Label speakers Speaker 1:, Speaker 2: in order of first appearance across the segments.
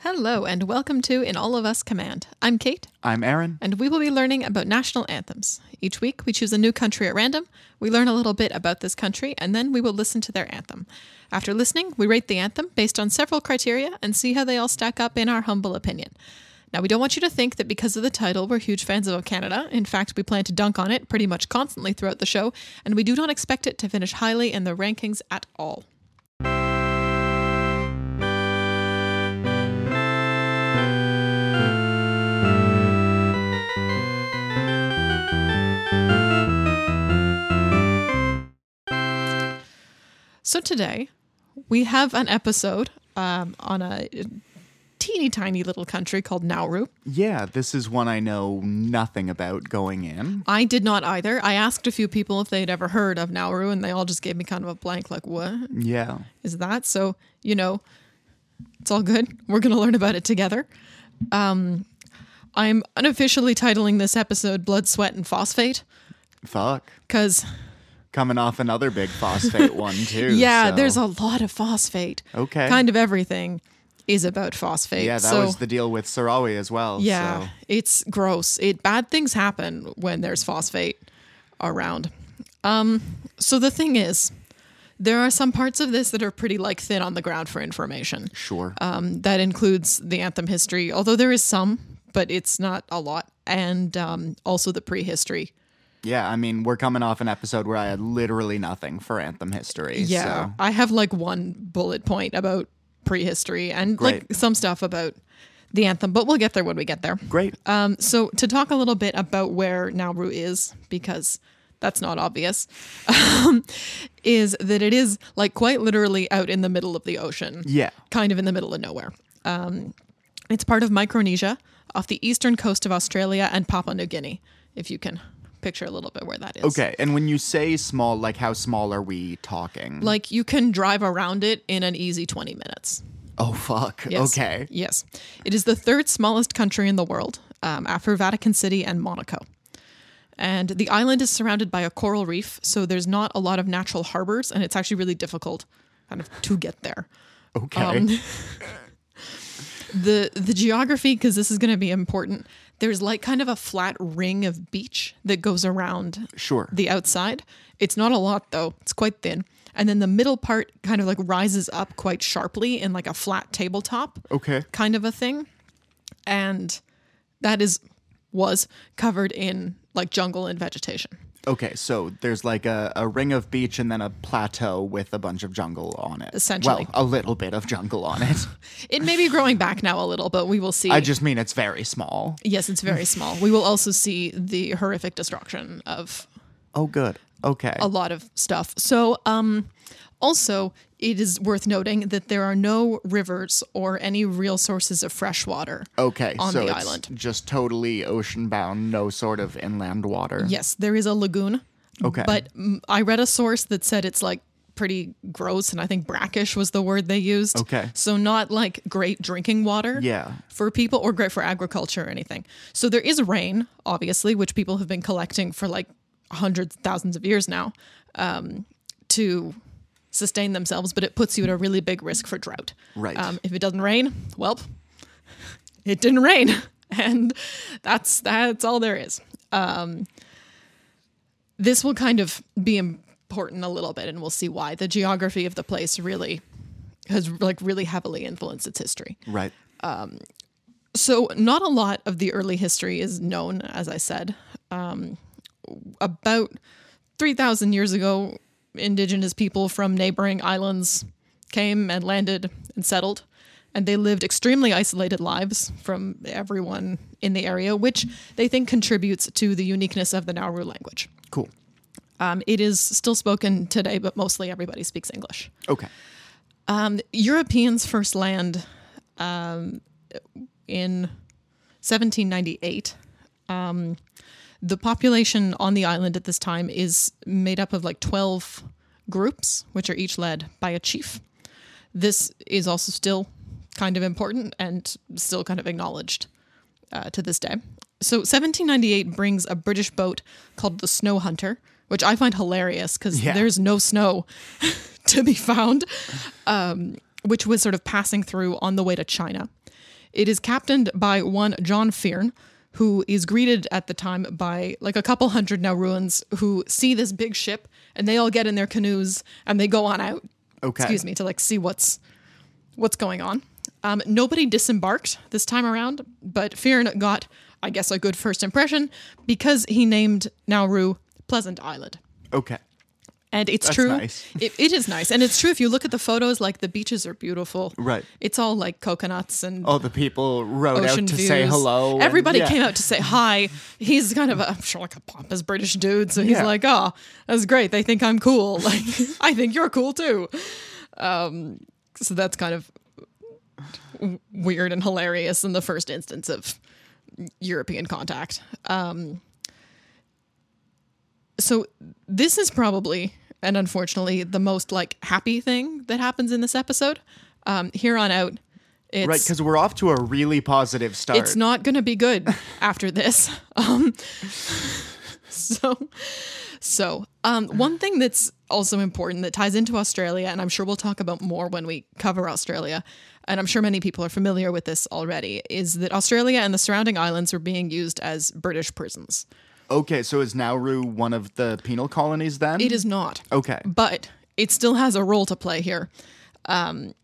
Speaker 1: Hello, and welcome to In All of Us Command. I'm Kate,
Speaker 2: I'm Aaron.
Speaker 1: and we will be learning about national anthems. Each week, we choose a new country at random, we learn a little bit about this country, and then we will listen to their anthem. After listening, we rate the anthem based on several criteria and see how they all stack up in our humble opinion. Now, we don't want you to think that because of the title, we're huge fans of Canada. In fact, we plan to dunk on it pretty much constantly throughout the show, and we do not expect it to finish highly in the rankings at all. So today we have an episode um, on a teeny tiny little country called Nauru.
Speaker 2: Yeah, this is one I know nothing about going in.
Speaker 1: I did not either. I asked a few people if they'd ever heard of Nauru, and they all just gave me kind of a blank, like, "What
Speaker 2: Yeah.
Speaker 1: is that?" So you know, it's all good. We're gonna learn about it together. Um, I'm unofficially titling this episode "Blood, Sweat, and Phosphate"
Speaker 2: Fuck.
Speaker 1: because
Speaker 2: Coming off another big phosphate one too.
Speaker 1: yeah,
Speaker 2: so-
Speaker 1: there's a lot of phosphate.
Speaker 2: Okay.
Speaker 1: kind of everything is about phosphate.
Speaker 2: Yeah, that
Speaker 1: so-
Speaker 2: was the deal with Sarawi as well.
Speaker 1: Yeah,
Speaker 2: so-
Speaker 1: it's gross. It bad things happen when there's phosphate around. Um, so the thing is, there are some parts of this that are pretty like thin on the ground for information.
Speaker 2: Sure.
Speaker 1: Um, that includes the anthem history, although there is some, but it's not a lot, and um, also the prehistory.
Speaker 2: yeah, I mean, we're coming off an episode where I had literally nothing for anthem history.
Speaker 1: Yeah,
Speaker 2: So.
Speaker 1: I have like one bullet point about prehistory and like
Speaker 2: Great.
Speaker 1: some stuff about the anthem, but we'll get there when we get there.
Speaker 2: Great.
Speaker 1: Um, so to talk a little bit about where Nauru is, because that's not obvious, um, is that it is like quite literally out in the middle of the ocean,
Speaker 2: yeah.
Speaker 1: kind of in the middle of nowhere. Um, it's part of Micronesia, off the eastern coast of Australia and Papua New Guinea. If you can picture a little bit where that is.
Speaker 2: Okay. And when you say small, like how small are we talking?
Speaker 1: Like you can drive around it in an easy 20 minutes.
Speaker 2: oh, fuck.
Speaker 1: Yes.
Speaker 2: Okay.
Speaker 1: Yes. It is the third smallest country in the world um, after Vatican City and Monaco. And the island is surrounded by a coral reef, so there's not a lot of natural harbors, and it's actually really difficult kind of to get there. Um,
Speaker 2: Okay.
Speaker 1: The the geography, because this is going to be important, there's like kind of a flat ring of beach that goes around
Speaker 2: sure.
Speaker 1: the outside. It's not a lot though. It's quite thin. And then the middle part kind of like rises up quite sharply in like a flat tabletop
Speaker 2: okay.
Speaker 1: kind of a thing. And that is was covered in like jungle and vegetation.
Speaker 2: Okay, so there's like a, a ring of beach and then a plateau with a bunch of jungle on it.
Speaker 1: Essentially.
Speaker 2: Well, a little bit of jungle on it.
Speaker 1: It may be growing back now a little, but we will see.
Speaker 2: I just mean it's very small.
Speaker 1: yes, it's very small. We will also see the horrific destruction of
Speaker 2: Oh, good. Okay.
Speaker 1: a lot of stuff. So, um, also, it is worth noting that there are no rivers or any real sources of fresh water.
Speaker 2: okay,
Speaker 1: on
Speaker 2: so
Speaker 1: the
Speaker 2: it's
Speaker 1: island.
Speaker 2: just totally ocean bound, no sort of inland water.
Speaker 1: Yes, there is a lagoon.
Speaker 2: Okay.
Speaker 1: But mm, I read a source that said it's like pretty gross, and I think brackish was the word they used.
Speaker 2: Okay.
Speaker 1: So not like great drinking water.
Speaker 2: Yeah.
Speaker 1: For people or great for agriculture or anything. So there is rain, obviously, which people have been collecting for like hundreds, thousands of years now um, to sustain themselves, but it puts you at a really big risk for drought.
Speaker 2: Right.
Speaker 1: Um, if it doesn't rain, well, it didn't rain. And that's that's all there is Um, this will kind of be important a little bit and we'll see why the geography of the place really has like really heavily influenced its history
Speaker 2: Right.
Speaker 1: so not a lot of the early history is known as i said um, about 3000 years ago indigenous people from neighboring islands came and landed and settled and they lived extremely isolated lives from everyone in the area which they think contributes to the uniqueness of the nauru language
Speaker 2: Cool.
Speaker 1: um, it is still spoken today, but mostly everybody speaks English.
Speaker 2: Okay.
Speaker 1: Um, Europeans first land um, in 1798. Um, the population on the island at this time is made up of like 12 groups, which are each led by a chief. This is also still kind of important and still kind of acknowledged uh, to this day. So 1798 brings a British boat called the Snow Hunter, which I find hilarious because
Speaker 2: Yeah.
Speaker 1: there's no snow to be found, um, which was sort of passing through on the way to China. It is captained by one John Fearn, who is greeted at the time by like a couple hundred Nauruans who see this big ship and they all get in their canoes and they go on out.
Speaker 2: Okay.
Speaker 1: Excuse me to like see what's what's going on. Um, nobody disembarked this time around, but Fearn got, I guess, a good first impression because he named Nauru Pleasant Island.
Speaker 2: Okay.
Speaker 1: And it's true.
Speaker 2: nice.
Speaker 1: It, it is nice. And it's true. If you look at the photos, like the beaches are beautiful.
Speaker 2: Right.
Speaker 1: It's all like coconuts and
Speaker 2: All the people rode
Speaker 1: ocean
Speaker 2: out to
Speaker 1: views.
Speaker 2: say hello. and-
Speaker 1: Everybody
Speaker 2: yeah.
Speaker 1: came out to say hi. He's kind of a, I'm sure, like a pompous British dude. So he's
Speaker 2: Yeah.
Speaker 1: like, oh, that's great. They think I'm cool. Like, I think you're cool too. Um, so that's kind of w- weird and hilarious in the first instance of European contact. Um, so this is probably and unfortunately the most like happy thing that happens in this episode. Um, here on out, it's
Speaker 2: Right, because we're off to a really positive start.
Speaker 1: it's not going to be good after this. Um, so, so um, one thing that's also important that ties into Australia, and I'm sure we'll talk about more when we cover Australia, and I'm sure many people are familiar with this already, is that Australia and the surrounding islands were being used as British prisons.
Speaker 2: okay, so is Nauru one of the penal colonies then?
Speaker 1: It is not.
Speaker 2: Okay.
Speaker 1: but it still has a role to play here. Um,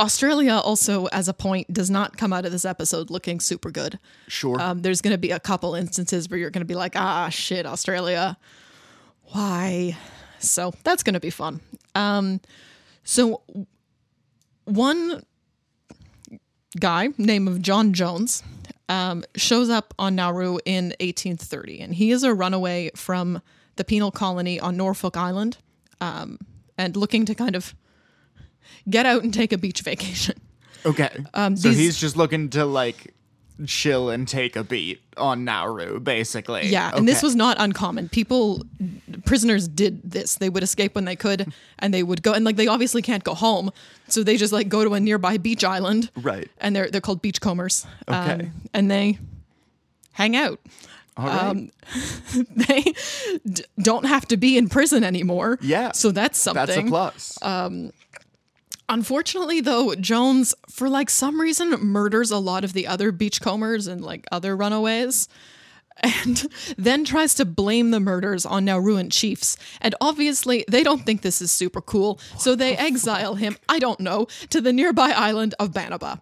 Speaker 1: Australia also, as a point, does not come out of this episode looking super good.
Speaker 2: Sure.
Speaker 1: Um, there's going to be a couple instances where you're going to be like, ah, shit, Australia. Why? So that's going to be fun. Um, so w- one guy, name of John Jones, um, shows up on Nauru in 1830, and he is a runaway from the penal colony on Norfolk Island, um, and looking to kind of get out and take a beach vacation.
Speaker 2: okay. so
Speaker 1: Um, these-
Speaker 2: he's just looking to like chill and take a beat on Nauru, basically.
Speaker 1: Yeah, and this
Speaker 2: Okay.
Speaker 1: was not uncommon. People, prisoners did this. They would escape when they could, and they would go and like they obviously can't go home, so they just like go to a nearby beach island,
Speaker 2: Right.
Speaker 1: And they're they're called beachcombers. Um,
Speaker 2: Okay.
Speaker 1: and they hang out.
Speaker 2: All right.
Speaker 1: um, They d- don't have to be in prison anymore.
Speaker 2: Yeah.
Speaker 1: so that's something. um,
Speaker 2: That's a plus.
Speaker 1: Unfortunately, though, Jones, for like some reason, murders a lot of the other beachcombers and like other runaways, and then tries to blame the murders on Nauruan chiefs. And obviously, they don't think this is super cool, so they exile him, I don't know, to the nearby island of Banaba.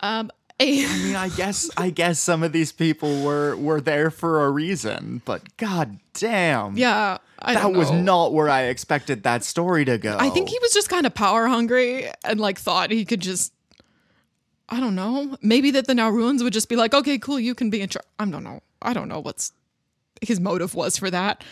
Speaker 1: Um, a-
Speaker 2: I mean, I guess I guess some of these people were were there for a reason, but god damn.
Speaker 1: yeah, I
Speaker 2: That
Speaker 1: don't
Speaker 2: was
Speaker 1: know.
Speaker 2: not where I expected that story to go.
Speaker 1: I think he was just kind of power hungry and like thought he could just. I don't know. Maybe that the Nauruans would just be like, okay, cool, you can be in charge. I don't know. I don't know what's his motive was for that.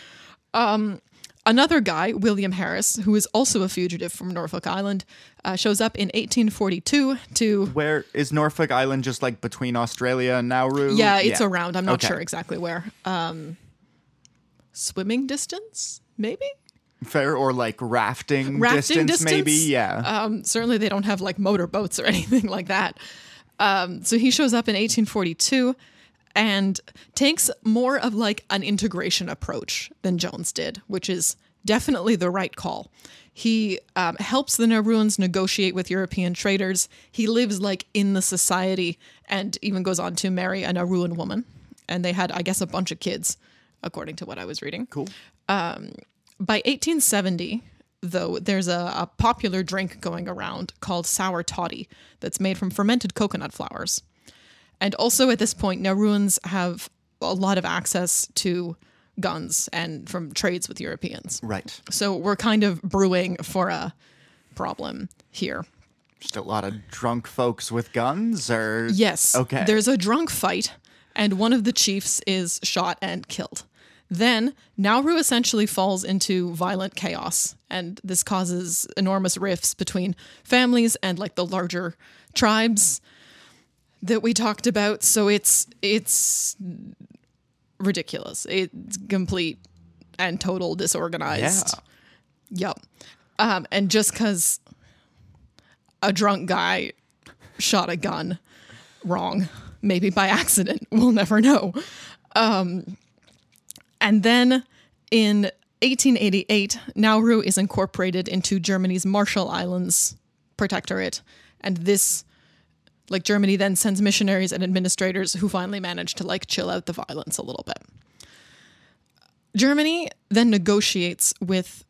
Speaker 1: Um, another guy, William Harris, who is also a fugitive from Norfolk Island, uh, shows up in 1842 to.
Speaker 2: Where is Norfolk Island? Just like between Australia and Nauru?
Speaker 1: Yeah, it's around. I'm not
Speaker 2: Okay.
Speaker 1: sure exactly where. Um, swimming distance, maybe?
Speaker 2: fair or like rafting,
Speaker 1: Rafting
Speaker 2: distance, maybe.
Speaker 1: distance?
Speaker 2: Yeah,
Speaker 1: Um, certainly, they don't have like motorboats or anything like that. Um, so he shows up in 1842 and takes more of like an integration approach than Jones did, which is definitely the right call. He um, helps the Nauruans negotiate with European traders. He lives like in the society and even goes on to marry a Nauruan woman. And they had, I guess, a bunch of kids, according to what I was reading
Speaker 2: cool.
Speaker 1: by 1870 though there's a, a popular drink going around called sour toddy that's made from fermented coconut flowers and also at this point nauruans have a lot of access to guns and from trades with europeans
Speaker 2: Right,
Speaker 1: so we're kind of brewing for a problem here
Speaker 2: just a lot of drunk folks with guns, or
Speaker 1: Yes.
Speaker 2: Okay.
Speaker 1: There's a drunk fight, and one of the chiefs is shot and killed. Then Nauru essentially falls into violent chaos, and this causes enormous rifts between families and like the larger tribes that we talked about. So it's it's ridiculous. It's complete and total disorganized. Yep. Um, and just because a drunk guy shot a gun wrong, maybe by accident, we'll never know. Um, and then in 1888, Nauru is incorporated into Germany's Marshall Islands Protectorate. And this Like Germany then sends missionaries and administrators who finally manage to like chill out the violence a little bit. Germany then negotiates with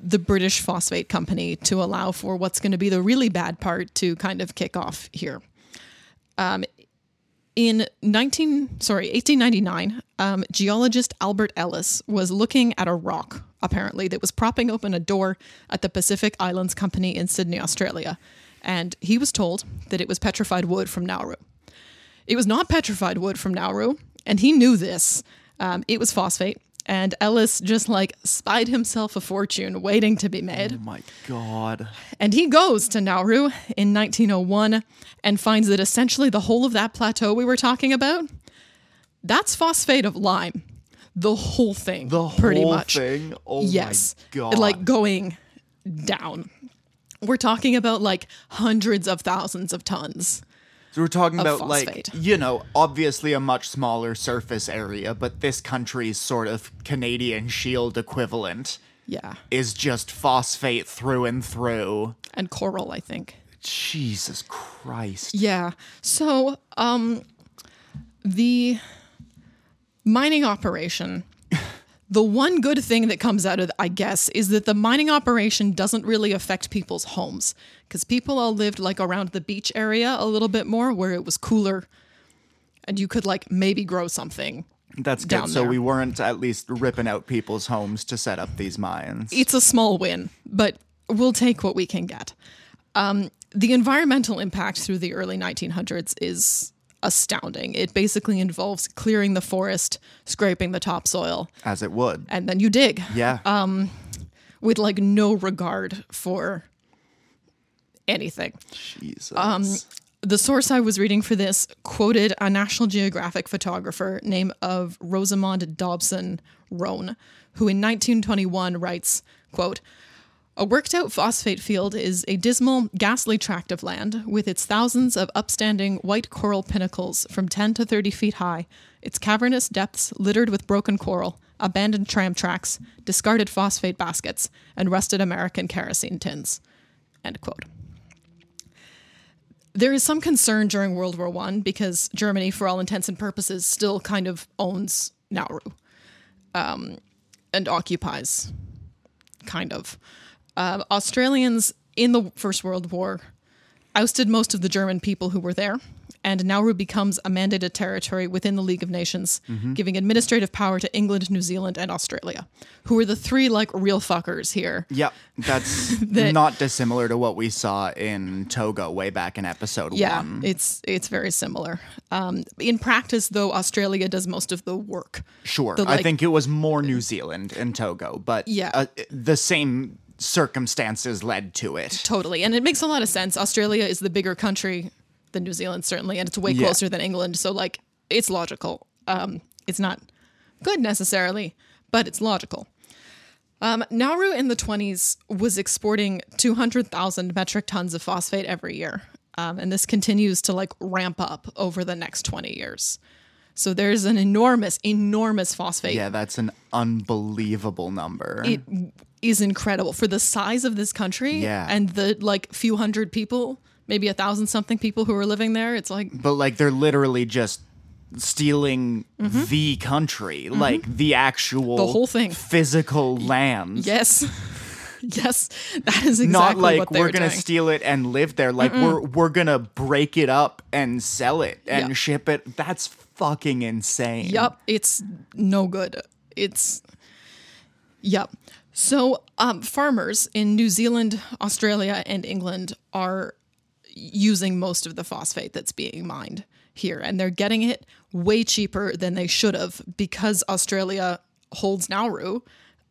Speaker 1: the British phosphate company to allow for what's going to be the really bad part to kind of kick off here. Um, in 19 sorry 1899 um, geologist albert ellis was looking at a rock apparently that was propping open a door at the pacific islands company in sydney australia and he was told that it was petrified wood from nauru it was not petrified wood from Nauru, and he knew this. Um, it was phosphate, and Ellis just like spied himself a fortune waiting to be made.
Speaker 2: Oh my god.
Speaker 1: And he goes to Nauru in 1901 and finds that essentially the whole of that plateau we were talking about that's phosphate of lime. The whole thing.
Speaker 2: The
Speaker 1: pretty
Speaker 2: whole
Speaker 1: much.
Speaker 2: thing. Oh
Speaker 1: yes.
Speaker 2: my god.
Speaker 1: Like going down. We're talking about like hundreds of thousands of tons.
Speaker 2: So we're talking about
Speaker 1: phosphate.
Speaker 2: like you know, obviously a much smaller surface area, but this country's sort of Canadian Shield equivalent
Speaker 1: Yeah.
Speaker 2: is just phosphate through and through.
Speaker 1: And coral, I think.
Speaker 2: Jesus Christ.
Speaker 1: Yeah. So, um, the mining operation. The one good thing that comes out of, I guess, is that the mining operation doesn't really affect people's homes because people all lived like around the beach area a little bit more where it was cooler and you could like maybe grow something.
Speaker 2: That's good.
Speaker 1: Down
Speaker 2: So
Speaker 1: there.
Speaker 2: we weren't at least ripping out people's homes to set up these mines.
Speaker 1: It's a small win, but we'll take what we can get. Um, the environmental impact through the early 1900s is astounding. It basically involves clearing the forest, scraping the topsoil,
Speaker 2: As it would.
Speaker 1: and then you dig
Speaker 2: Yeah.
Speaker 1: um, with like no regard for anything.
Speaker 2: Jesus.
Speaker 1: The source I was reading for this quoted a National Geographic photographer named of Rosamond Dobson Roan, who in 1921 writes, quote, a worked out phosphate field is a dismal, ghastly tract of land with its thousands of upstanding white coral pinnacles from 10 to 30 feet high, its cavernous depths littered with broken coral, abandoned tram tracks, discarded phosphate baskets, and rusted American kerosene tins. End quote there is some concern during World War One because Germany, for all intents and purposes, still kind of owns Nauru um, and occupies, kind of. Uh, Australians in the First World War ousted most of the German people who were there, and Nauru becomes a mandated territory within the League of Nations, giving administrative power to England, New Zealand, and Australia, who are the three like real fuckers here.
Speaker 2: Yep, that's not dissimilar to what we saw in Togo way back in episode
Speaker 1: Yeah,
Speaker 2: one.
Speaker 1: it's it's very similar. Um, in practice, though, Australia does most of the work.
Speaker 2: Sure,
Speaker 1: the,
Speaker 2: I
Speaker 1: like- uh,
Speaker 2: think it was more New Zealand and Togo, but
Speaker 1: Yeah.
Speaker 2: uh, the same circumstances led to it.
Speaker 1: Totally, and it makes a lot of sense. Australia is the bigger country than New Zealand, certainly, and it's way
Speaker 2: Yeah.
Speaker 1: closer than England. So, like, it's logical. Um, it's not good necessarily, but it's logical. Um, Nauru in the 20s was exporting 200,000 metric tons of phosphate every year. Um, and this continues to like ramp up over the next 20 years. So there's an enormous, enormous phosphate
Speaker 2: Yeah, that's an unbelievable number.
Speaker 1: it is incredible for the size of this country
Speaker 2: Yeah.
Speaker 1: and the like few hundred people maybe a thousand something people who are living there it's like
Speaker 2: but like they're literally just stealing the country, like the actual
Speaker 1: Mm-hmm. The whole thing.
Speaker 2: physical land.
Speaker 1: yes yes that is exactly
Speaker 2: Not like
Speaker 1: what they
Speaker 2: we're
Speaker 1: were
Speaker 2: gonna
Speaker 1: doing
Speaker 2: steal it and live there. Like we're we're gonna break it up and sell it and
Speaker 1: Yeah.
Speaker 2: ship it. That's fucking insane.
Speaker 1: Yep, it's no good. It's yep. So um, farmers in New Zealand, Australia, and England are using most of the phosphate that's being mined here, and they're getting it way cheaper than they should have because Australia holds Nauru.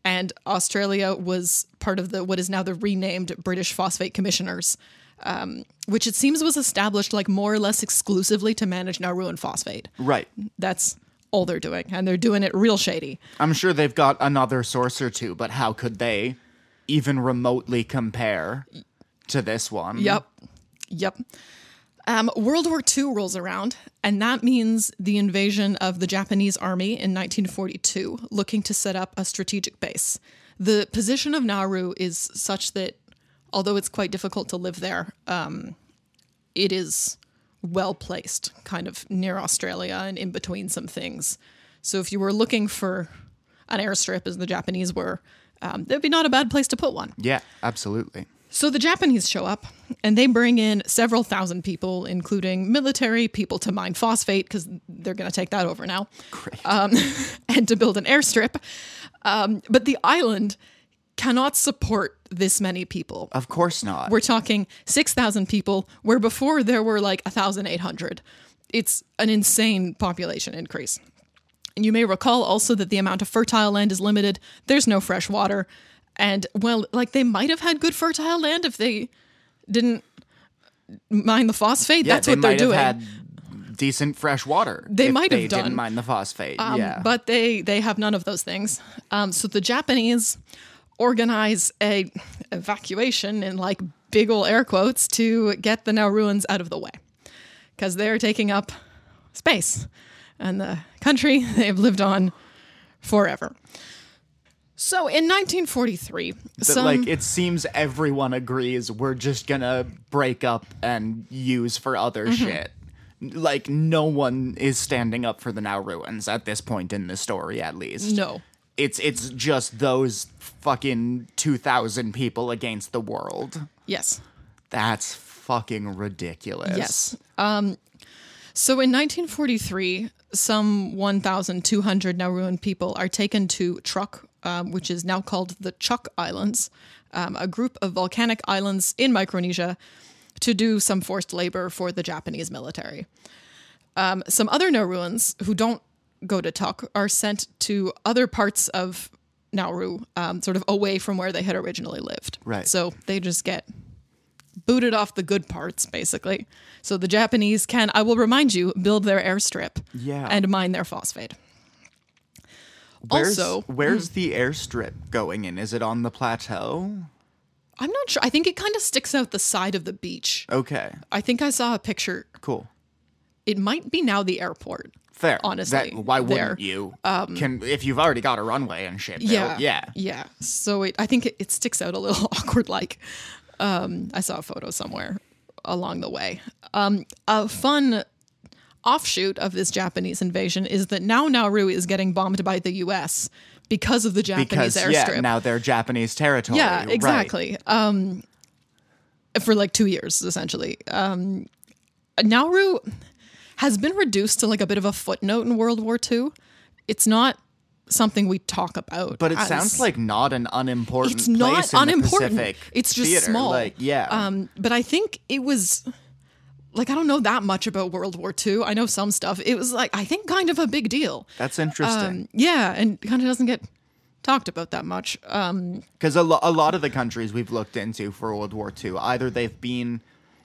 Speaker 1: And Australia was part of the what is now the renamed British Phosphate Commissioners, um, which it seems was established like more or less exclusively to manage Nauru and phosphate.
Speaker 2: Right.
Speaker 1: That's all they're doing, and they're doing it real shady.
Speaker 2: I'm sure they've got another source or two, but how could they even remotely compare to this one?
Speaker 1: Yep, yep. Um, World War II rolls around, and that means the invasion of the Japanese army in 1942, looking to set up a strategic base. The position of Nauru is such that, although it's quite difficult to live there, um, it is well placed, kind of near Australia and in between some things. So if you were looking for an airstrip, as the Japanese were, um, that'd be not a bad place to put one.
Speaker 2: Yeah, absolutely.
Speaker 1: So the Japanese show up and they bring in several thousand people, including military people to mine phosphate because they're going to take that over now,
Speaker 2: Great.
Speaker 1: Uh, and to build an airstrip. Um, but the island cannot support this many people.
Speaker 2: of course not.
Speaker 1: We're talking 6,000 people, where before there were like 1,800. It's an insane population increase. And you may recall also that the amount of fertile land is limited. There's no fresh water. And, well, like they might have had good fertile land if they didn't mine the phosphate.
Speaker 2: yeah,
Speaker 1: That's
Speaker 2: they
Speaker 1: what they're
Speaker 2: might
Speaker 1: doing.
Speaker 2: have had decent fresh water.
Speaker 1: They
Speaker 2: if
Speaker 1: might have
Speaker 2: they
Speaker 1: done.
Speaker 2: didn't mind the phosphate.
Speaker 1: Um,
Speaker 2: yeah,
Speaker 1: But they they have none of those things. Um, so the Japanese organize a evacuation in like big ol' air quotes to get the Nauruans out of the way because they're taking up space and the country they've lived on forever. So in 1943,
Speaker 2: That,
Speaker 1: some,
Speaker 2: like it seems everyone agrees we're just gonna break up and use for other
Speaker 1: Mm-hmm.
Speaker 2: shit. Like no one is standing up for the now ruins at this point in the story, at least.
Speaker 1: no,
Speaker 2: It's it's just those fucking two thousand people against the world.
Speaker 1: yes,
Speaker 2: That's fucking ridiculous.
Speaker 1: Yes. Um, so in 1943, some 1,200 Nauruan people are taken to Truk, um, which is now called the Chuk Islands, um, a group of volcanic islands in Micronesia, to do some forced labor for the Japanese military. Um, some other Nauruans who don't go to Tuk are sent to other parts of Nauru, um, sort of away from where they had originally lived.
Speaker 2: Right.
Speaker 1: So they just get booted off the good parts, basically. So the Japanese can, I will remind you, build their airstrip
Speaker 2: Yeah.
Speaker 1: and mine their phosphate.
Speaker 2: Where's,
Speaker 1: Also- hmm.
Speaker 2: where's the airstrip going in? Is it on the plateau?
Speaker 1: I'm not sure. I think it kind of sticks out the side of the beach.
Speaker 2: Okay,
Speaker 1: I think I saw a picture.
Speaker 2: cool.
Speaker 1: It might be now the airport.
Speaker 2: Fair.
Speaker 1: Honestly,
Speaker 2: That- why
Speaker 1: there. um,
Speaker 2: wouldn't you? Can if you've already got a runway and shit. built,
Speaker 1: Yeah.
Speaker 2: yeah.
Speaker 1: Yeah. So it, I think it, it sticks out a little awkward like. Um, I saw a photo somewhere along the way. Um, a fun offshoot of this Japanese invasion is that now Nauru is getting bombed by the US because of the Japanese
Speaker 2: because
Speaker 1: airstrip.
Speaker 2: yeah, now they're Japanese territory.
Speaker 1: Yeah,
Speaker 2: right.
Speaker 1: exactly. Um, for like two years, essentially. Um, Nauru has been reduced to like a bit of a footnote in World War II. It's not something we talk about.
Speaker 2: But it
Speaker 1: as-
Speaker 2: sounds like not an unimportant.
Speaker 1: it's not
Speaker 2: place in the
Speaker 1: unimportant.
Speaker 2: Pacific
Speaker 1: it's just
Speaker 2: theater.
Speaker 1: small.
Speaker 2: Like yeah,
Speaker 1: Um, but I think it was like I don't know that much about World War II. I know some stuff. It was like I think kind of a big deal.
Speaker 2: that's interesting
Speaker 1: Um, yeah, and kind of doesn't get talked about that much. Um,
Speaker 2: because a, lo- a lot of the countries we've looked into for World War II either they've been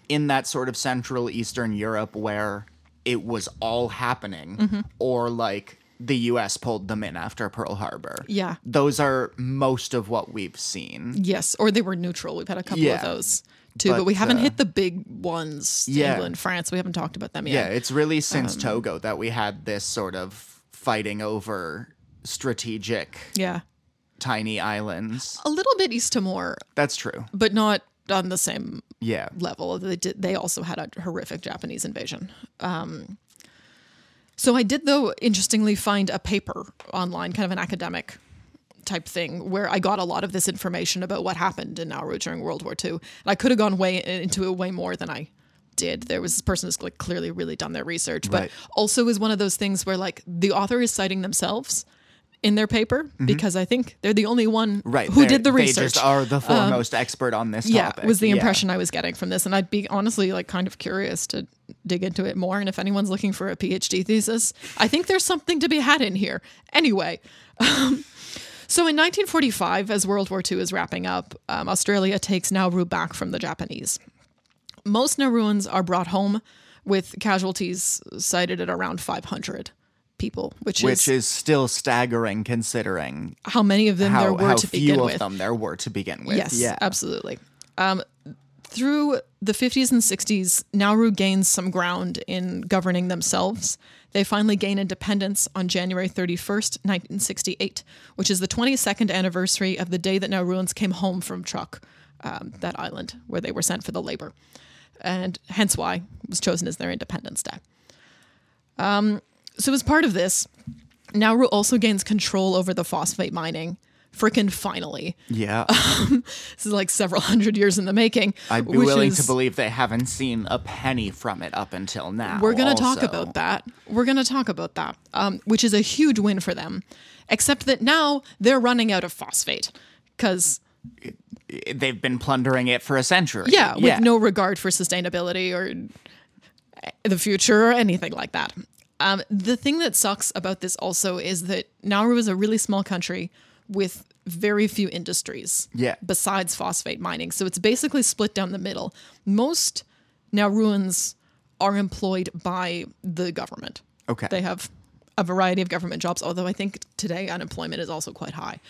Speaker 2: in that sort of Central Eastern Europe where it was all happening,
Speaker 1: Mm-hmm.
Speaker 2: or like the U.S. pulled them in after Pearl Harbor.
Speaker 1: Yeah.
Speaker 2: those are most of what we've seen.
Speaker 1: Yes, or they were neutral. We've had a couple of
Speaker 2: Yeah.
Speaker 1: those too, but,
Speaker 2: But,
Speaker 1: we haven't
Speaker 2: uh,
Speaker 1: hit the big ones.
Speaker 2: Yeah.
Speaker 1: England, France. We haven't talked about them
Speaker 2: Yeah,
Speaker 1: yet.
Speaker 2: it's really since
Speaker 1: Um,
Speaker 2: Togo that we had this sort of fighting over strategic
Speaker 1: yeah,
Speaker 2: tiny islands.
Speaker 1: a little bit East Timor,
Speaker 2: That's true.
Speaker 1: but not on the same
Speaker 2: Yeah.
Speaker 1: level. They did. They also had a horrific Japanese invasion. Um, so I did, though, interestingly, find a paper online, kind of an academic type thing, where I got a lot of this information about what happened in Nauru during World War II. And I could have gone way into it way more than I did. There was this person who's like clearly really done their research, but
Speaker 2: Right.
Speaker 1: also is one of those things where like the author is citing themselves in their paper because I think they're the only one
Speaker 2: Mm-hmm. Right.
Speaker 1: who
Speaker 2: they're-
Speaker 1: did the research Um,
Speaker 2: They just are the foremost expert on this
Speaker 1: yeah
Speaker 2: topic.
Speaker 1: was the impression i was getting from this and i'd be honestly like kind of curious to dig into it more and if anyone's looking for a phd thesis i think there's something to be had in here anyway um, so in 1945 as world war ii is wrapping up um, australia takes nauru back from the japanese most nauruans are brought home with casualties cited at around 500 people which,
Speaker 2: Which
Speaker 1: is
Speaker 2: is still staggering considering
Speaker 1: how many of them there
Speaker 2: how,
Speaker 1: were
Speaker 2: how
Speaker 1: to
Speaker 2: few
Speaker 1: begin
Speaker 2: of
Speaker 1: with
Speaker 2: them there were to begin with.
Speaker 1: Yes,
Speaker 2: Yeah.
Speaker 1: absolutely. Um, through the 50s and 60s, Nauru gains some ground in governing themselves. They finally gain independence on January 31st, 1968, which is the 22nd anniversary of the day that Nauruans came home from Truk, um, that island where they were sent for the labor. and hence why it was chosen as their Independence Day. Um, so as part of this, Nauru also gains control over the phosphate mining. Frickin' finally.
Speaker 2: Yeah.
Speaker 1: This is like several hundred years in the making.
Speaker 2: I'd be
Speaker 1: uh, which
Speaker 2: willing to
Speaker 1: is-
Speaker 2: believe they haven't seen a penny from it up until now.
Speaker 1: We're going to talk
Speaker 2: also.
Speaker 1: about that. We're going to talk about that, um, which is a huge win for them. Except that now they're running out of phosphate because,
Speaker 2: They've been plundering it for a century.
Speaker 1: yeah, with no regard for sustainability or the future or anything like that. Um, the thing that sucks about this also is that Nauru is a really small country with very few industries
Speaker 2: Yeah.
Speaker 1: besides phosphate mining. So it's basically split down the middle. Most Nauruans are employed by the government.
Speaker 2: Okay.
Speaker 1: They have a variety of government jobs, although I think today unemployment is also quite high.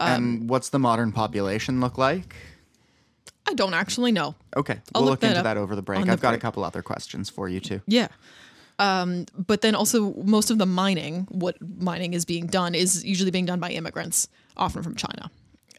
Speaker 1: um,
Speaker 2: and what's the modern population look like?
Speaker 1: I don't actually know.
Speaker 2: Okay.
Speaker 1: I'll look
Speaker 2: we'll look,
Speaker 1: that
Speaker 2: into
Speaker 1: up
Speaker 2: that over the break.
Speaker 1: on the
Speaker 2: I've got
Speaker 1: break.
Speaker 2: a couple other questions for you too.
Speaker 1: Yeah. Um, but then also most of the mining, what mining is being done is usually being done by immigrants, often from China.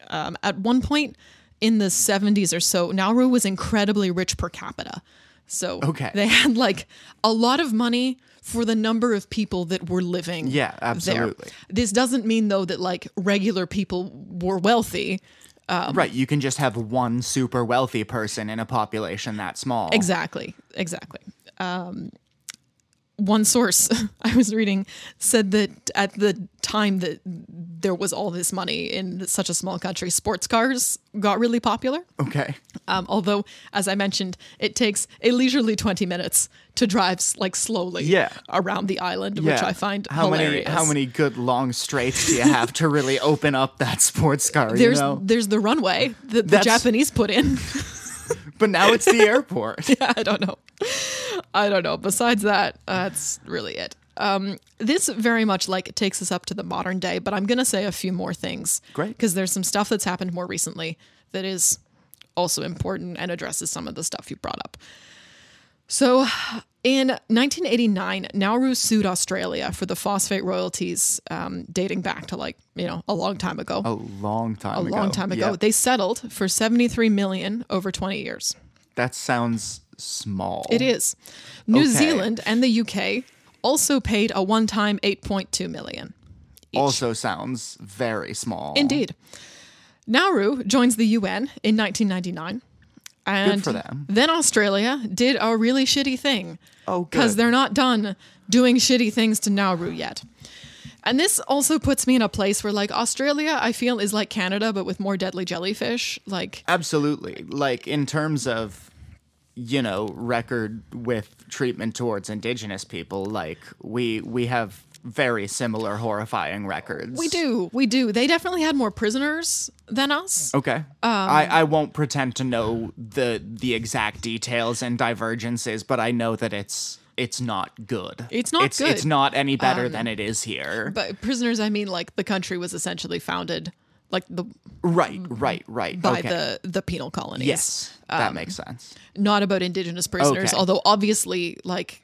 Speaker 1: Um, at one point in the 70s or so, Nauru was incredibly rich per capita. So
Speaker 2: Okay.
Speaker 1: they had like a lot of money for the number of people that were living
Speaker 2: Yeah, absolutely.
Speaker 1: there. This doesn't mean though that like regular people were wealthy. Um,
Speaker 2: right. You can just have one super wealthy person in a population that small.
Speaker 1: Exactly. Exactly. Um, one source I was reading said that at the time that there was all this money in such a small country, sports cars got really popular.
Speaker 2: Okay.
Speaker 1: Um, although, as I mentioned, it takes a leisurely 20 minutes to drive s- like slowly
Speaker 2: Yeah.
Speaker 1: around the island, which
Speaker 2: Yeah.
Speaker 1: I find
Speaker 2: how
Speaker 1: hilarious.
Speaker 2: many how many good long straights do you have to really open up that sports car?
Speaker 1: There's,
Speaker 2: you know,
Speaker 1: there's the runway that the
Speaker 2: That's-
Speaker 1: Japanese put in.
Speaker 2: but now it's the airport.
Speaker 1: I don't know. I don't know. Besides that, that's really it. Um, this very much like takes us up to the modern day, but I'm gonna say a few more things.
Speaker 2: Great.
Speaker 1: because there's some stuff that's happened more recently that is also important and addresses some of the stuff you brought up. So, in 1989, Nauru sued Australia for the phosphate royalties um, dating back to like you know a long time ago.
Speaker 2: a long time.
Speaker 1: a
Speaker 2: ago.
Speaker 1: long time ago,
Speaker 2: Yeah.
Speaker 1: they settled for 73 million over 20 years.
Speaker 2: That sounds small.
Speaker 1: It is. New
Speaker 2: Okay.
Speaker 1: Zealand and the UK also paid a one-time 8.2 million.
Speaker 2: Also sounds very small.
Speaker 1: Indeed. Nauru joins the UN in 1999. And
Speaker 2: for them.
Speaker 1: then Australia did a really shitty thing.
Speaker 2: Oh,
Speaker 1: Because
Speaker 2: good.
Speaker 1: they're not done doing shitty things to Nauru yet. And this also puts me in a place where, like, Australia, I feel, is like Canada, but with more deadly jellyfish. Like,
Speaker 2: Absolutely. Like in terms of you know record with treatment towards indigenous people, like we we have very similar horrifying records.
Speaker 1: we do, we do. They definitely had more prisoners than us.
Speaker 2: Okay.
Speaker 1: Um,
Speaker 2: I, I won't pretend to know the the exact details and divergences, but I know that it's it's not good.
Speaker 1: It's not
Speaker 2: it's,
Speaker 1: good. Um,
Speaker 2: It's not any better than it is here.
Speaker 1: But prisoners, I mean, like the country was essentially founded, like the
Speaker 2: right, right, right.
Speaker 1: by
Speaker 2: okay.
Speaker 1: the Um, the penal colonies.
Speaker 2: yes, that makes sense.
Speaker 1: not about indigenous prisoners,
Speaker 2: Okay.
Speaker 1: although obviously, like,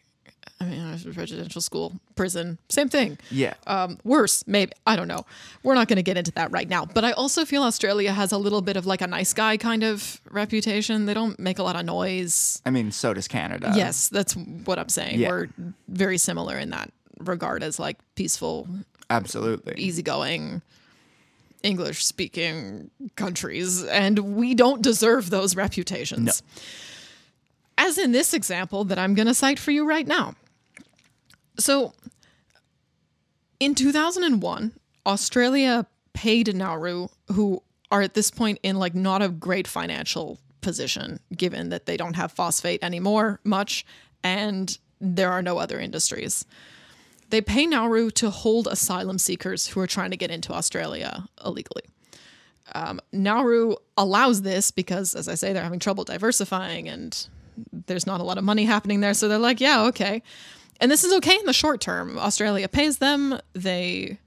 Speaker 1: I mean, I was in residential school, prison, same thing.
Speaker 2: Yeah.
Speaker 1: Um, worse, maybe I don't know. We're not going to get into that right now. But I also feel Australia has a little bit of like a nice guy kind of reputation. They don't make a lot of noise.
Speaker 2: I mean, so does Canada.
Speaker 1: Yes, that's what I'm saying.
Speaker 2: Uh, Yeah.
Speaker 1: We're very similar in that regard as like peaceful,
Speaker 2: absolutely.
Speaker 1: easygoing, English speaking countries, and we don't deserve those reputations. As in this example that I'm going to cite for you right now. So, in 2001, Australia paid Nauru, who are at this point in like not a great financial position, given that they don't have phosphate anymore much, and there are no other industries. They pay Nauru to hold asylum seekers who are trying to get into Australia illegally. Um, Nauru allows this because, as I say, they're having trouble diversifying and there's not a lot of money happening there. So they're like, yeah, okay. And this is okay in the short term. Australia pays them, they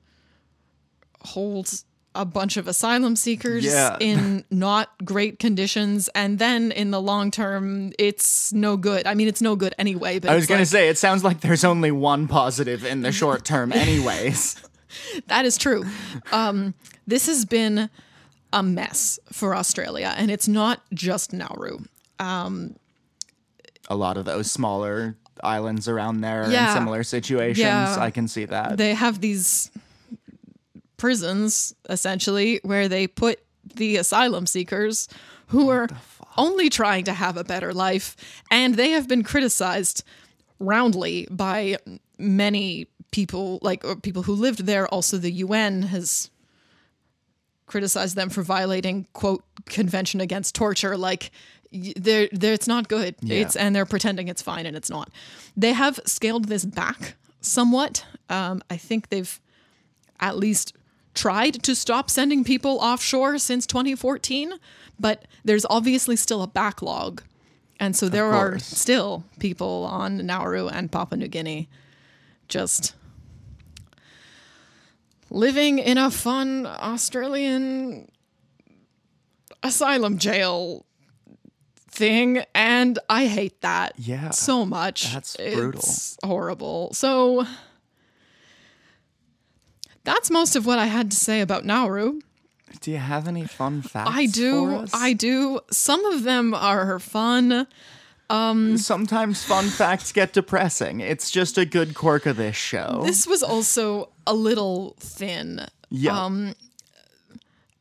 Speaker 1: hold a bunch of asylum seekers
Speaker 2: Yeah.
Speaker 1: in not great conditions. And then in the long term, it's no good. I mean, it's no good anyway, but
Speaker 2: I was
Speaker 1: it's
Speaker 2: going
Speaker 1: like-
Speaker 2: to say, it sounds like there's only one positive in the short term, anyways.
Speaker 1: That is true. Um, this has been a mess for Australia, and it's not just Nauru. Um,
Speaker 2: a lot of those smaller islands around there
Speaker 1: Yeah.
Speaker 2: in similar situations.
Speaker 1: Yeah.
Speaker 2: I can see that.
Speaker 1: they have these prisons essentially where they put the asylum seekers who are only trying to have a better life and they have been criticized roundly by many people like or people who lived there also the UN has criticized them for violating quote convention against torture like y- they're, they're it's not good it's and they're pretending it's fine and it's not they have scaled this back somewhat um, i think they've at least tried to stop sending people offshore since 2014 but there's obviously still a backlog and so there are
Speaker 2: course.
Speaker 1: still people on nauru and papua new guinea just living in a fun Australian asylum jail thing and I hate that.
Speaker 2: Yeah,
Speaker 1: So much.
Speaker 2: that's brutal.
Speaker 1: It's horrible. So that's most of what I had to say about Nauru.
Speaker 2: do you have any fun facts?
Speaker 1: I
Speaker 2: for
Speaker 1: do
Speaker 2: us?
Speaker 1: I do some of them are fun.
Speaker 2: Sometimes fun facts get depressing. It's just a good quirk of this show.
Speaker 1: This was also a little thin. Um,
Speaker 2: yeah.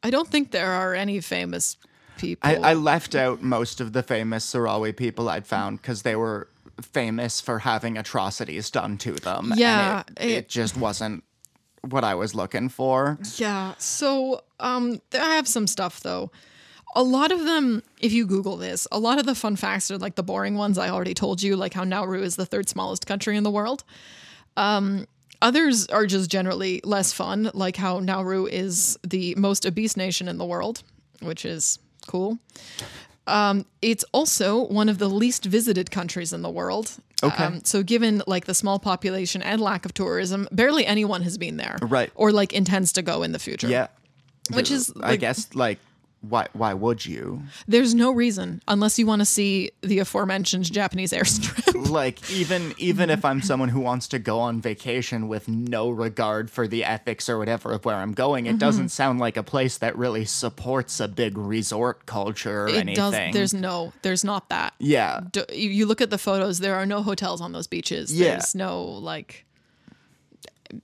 Speaker 1: I don't think there are any famous people.
Speaker 2: I, I left out most of the famous Sarawi people I'd found because they were famous for having atrocities done to them.
Speaker 1: Yeah,
Speaker 2: And it, it
Speaker 1: it-
Speaker 2: just wasn't what I was looking for.
Speaker 1: Yeah. So um, th- I have some stuff though. A lot of them, if you Google this, a lot of the fun facts are like the boring ones I already told you, like how Nauru is the third smallest country in the world. Um, others are just generally less fun, like how Nauru is the most obese nation in the world, which is cool. Um, it's also one of the least visited countries in the world.
Speaker 2: Okay.
Speaker 1: Um, so given like the small population and lack of tourism, barely anyone has been there.
Speaker 2: Right.
Speaker 1: Or like intends to go in the future.
Speaker 2: Yeah.
Speaker 1: Which is
Speaker 2: I
Speaker 1: like
Speaker 2: guess like why why would you?
Speaker 1: there's no reason unless you want to see the aforementioned Japanese airstrip.
Speaker 2: Like even even if I'm someone who wants to go on vacation with no regard for the ethics or whatever of where I'm going, it
Speaker 1: Mm-hmm.
Speaker 2: doesn't sound like a place that really supports a big resort culture or anything.
Speaker 1: It does there's no there's not that.
Speaker 2: yeah.
Speaker 1: Do, you you look at the photos, there are no hotels on those beaches.
Speaker 2: Yeah.
Speaker 1: There's no like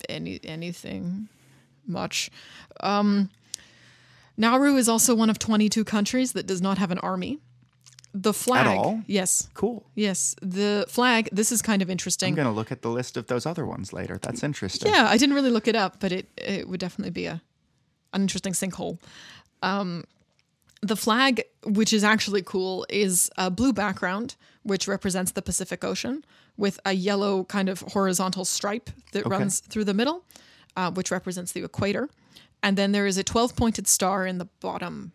Speaker 1: any anything much. Um Nauru is also one of 22 countries that does not have an army. The flag,
Speaker 2: all?
Speaker 1: yes,
Speaker 2: Cool.
Speaker 1: yes, the flag. This is kind of interesting.
Speaker 2: I'm gonna look at the list of those other ones later. That's interesting.
Speaker 1: Yeah, I didn't really look it up, but it it would definitely be a an interesting sinkhole. Um, the flag, which is actually cool, is a blue background, which represents the Pacific Ocean, with a yellow kind of horizontal stripe that runs through the middle, uh, which represents the equator. And then there is a 12 pointed star in the bottom